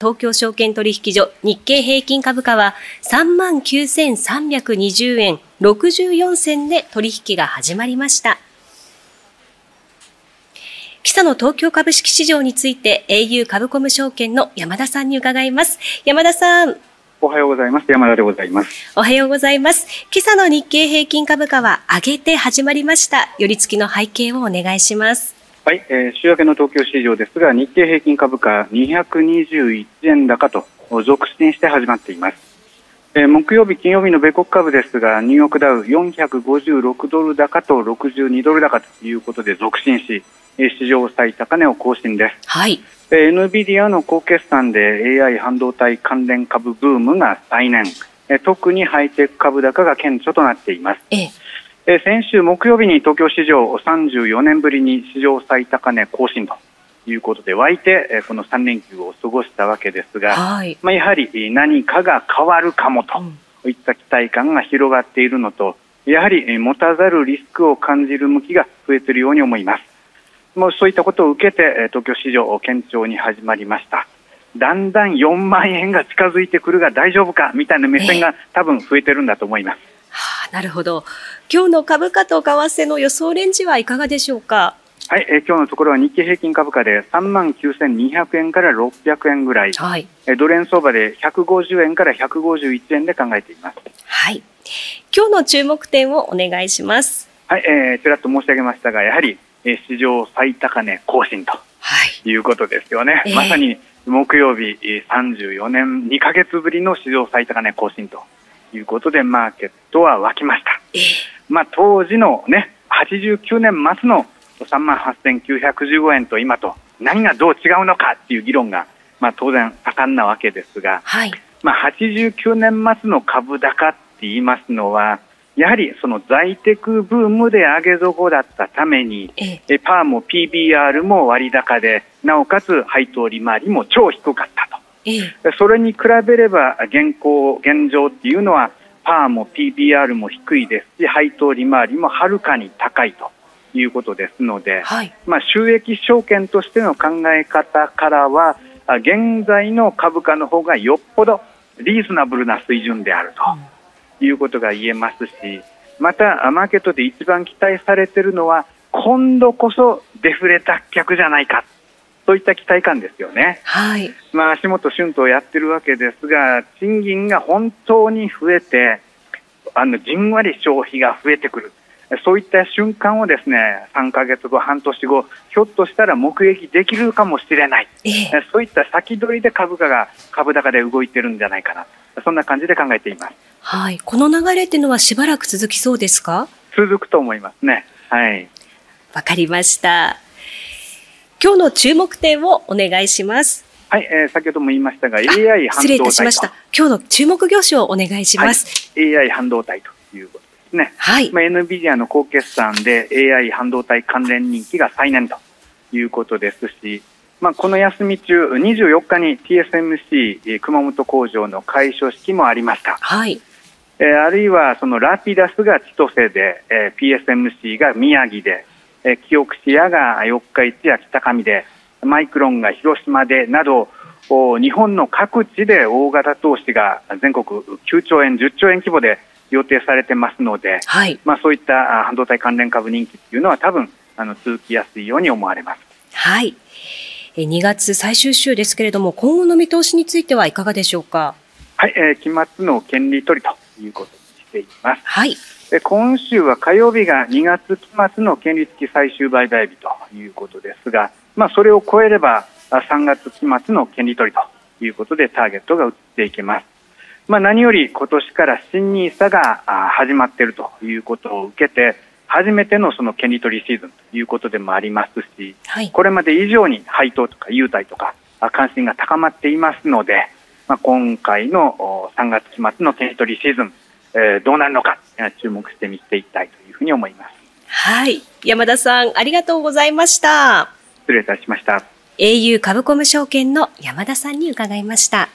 東京証券取引所日経平均株価は39,320円64銭で取引が始まりました。今朝の東京株式市場について au 株コム証券の山田さんに伺います。山田さん、おはようございます。山田でございます。おはようございます。今朝の日経平均株価は上げて始まりました。寄り付きの背景をお願いします。はい、えー週明けの東京市場ですが、日経平均株価221円高と続伸して始まっています。えー木曜日、金曜日の米国株ですが、ニューヨークダウ456ドル高と62ドル高ということで続伸し、えー史上最高値を更新です。はい。えー NVIDIA の高決算で AI 半導体関連株ブームが再燃。えー特にハイテク株高が顕著となっています。ええ、えー先週木曜日に東京市場34年ぶりに史上最高値更新ということで湧いてえーこの3連休を過ごしたわけですが、はい。まあ、やはりえー何かが変わるかもうんといった期待感が広がっているのとやはりえー持たざるリスクを感じる向きが増えているように思います。もうそういったことを受けてえー東京市場堅調に始まりました。だんだん4万円が近づいてくるが大丈夫かみたいな目線が多分増えてるんだと思います。はあ、なるほど。今日の株価と為替の予想レンジはいかがでしょうか。はい、えー今日のところは日経平均株価で3万9200円から600円ぐらい、はい。えードル円相場で150円から151円で考えています。はい。今日の注目点をお願いします。はい、えー、ちらっと申し上げましたが、やはり、えー史上最高値更新とはい。いうことですよね。えーまさに木曜日、えー34年2ヶ月ぶりの史上最高値更新ということで、マーケットは沸きました。ええまあ、当時のね、89年末の3万8915円と今と何がどう違うのかっていう議論が、まあ、当然盛んなわけですが、はい。まあ、89年末の株高って言いますのは、やはりその在テクブームで上げ底だったために、えええパーも PBR も割高で、なおかつ配当利回りも超低かったと。ええそれに比べれば現行、現状っていうのはパーも PBR も低いですし配当利回りもはるかに高いということですので、はい。まあ、収益証券としての考え方からはあ現在の株価の方がよっぽどリーズナブルな水準であるということが言えますしまたあマーケットで一番期待されているのは今度こそデフレ脱却じゃないかといった期待感ですよね。はい。まあ、足元春闘をやってるわけですが、賃金が本当に増えて、あのじんわり消費が増えてくる、そういった瞬間をですね3ヶ月後、半年後、ひょっとしたら目撃できるかもしれない、ええそういった先取りで株価が株高で動いてるんじゃないかな、そんな感じで考えています。はい。この流れっていうのはしばらく続きそうですか。続くと思いますね。はいわかりました。今日の注目点をお願いします。はい、えー先ほども言いましたあが、AI 半失礼いた導しま体しとた。今日の注目業種をお願いします。 AI 半導体ということですね。はい。まあ、NVIDIA の高決算で AI 半導体関連人気が再燃ということですし、まあ、この休み中、24日に TSMC えー熊本工場の開所式もありました。はい。えーあるいはそのラピダスが千歳で、えー PSMC が宮城で、えー、キオクシアが四日市や北上で、マイクロンが広島でなど、お日本の各地で大型投資が全国9兆円、10兆円規模で予定されてますので、はい。まあ、そういったあ半導体関連株人気っていうのは多分あの続きやすいように思われます。はい。え2月最終週ですけれども、今後の見通しについてはいかがでしょうか。はい、えー期末の権利取りということにしています。はい。で今週は火曜日が2月期末の権利付き最終売買日ということですが、まあ、それを超えればあ3月期末の権利取りということでターゲットが移っていきます。まあ、何より今年から新ニーサがあ始まっているということを受けて初めてのその権利取りシーズンということでもありますし、はい。これまで以上に配当とか優待とかあ関心が高まっていますので、まあ、今回の3月期末の権利取りシーズン、えーどうなるのか、えー注目して見ていきたいというふうに思います。はい。山田さん、ありがとうございました。失礼いたしました。 au 株コム証券の山田さんに伺いました。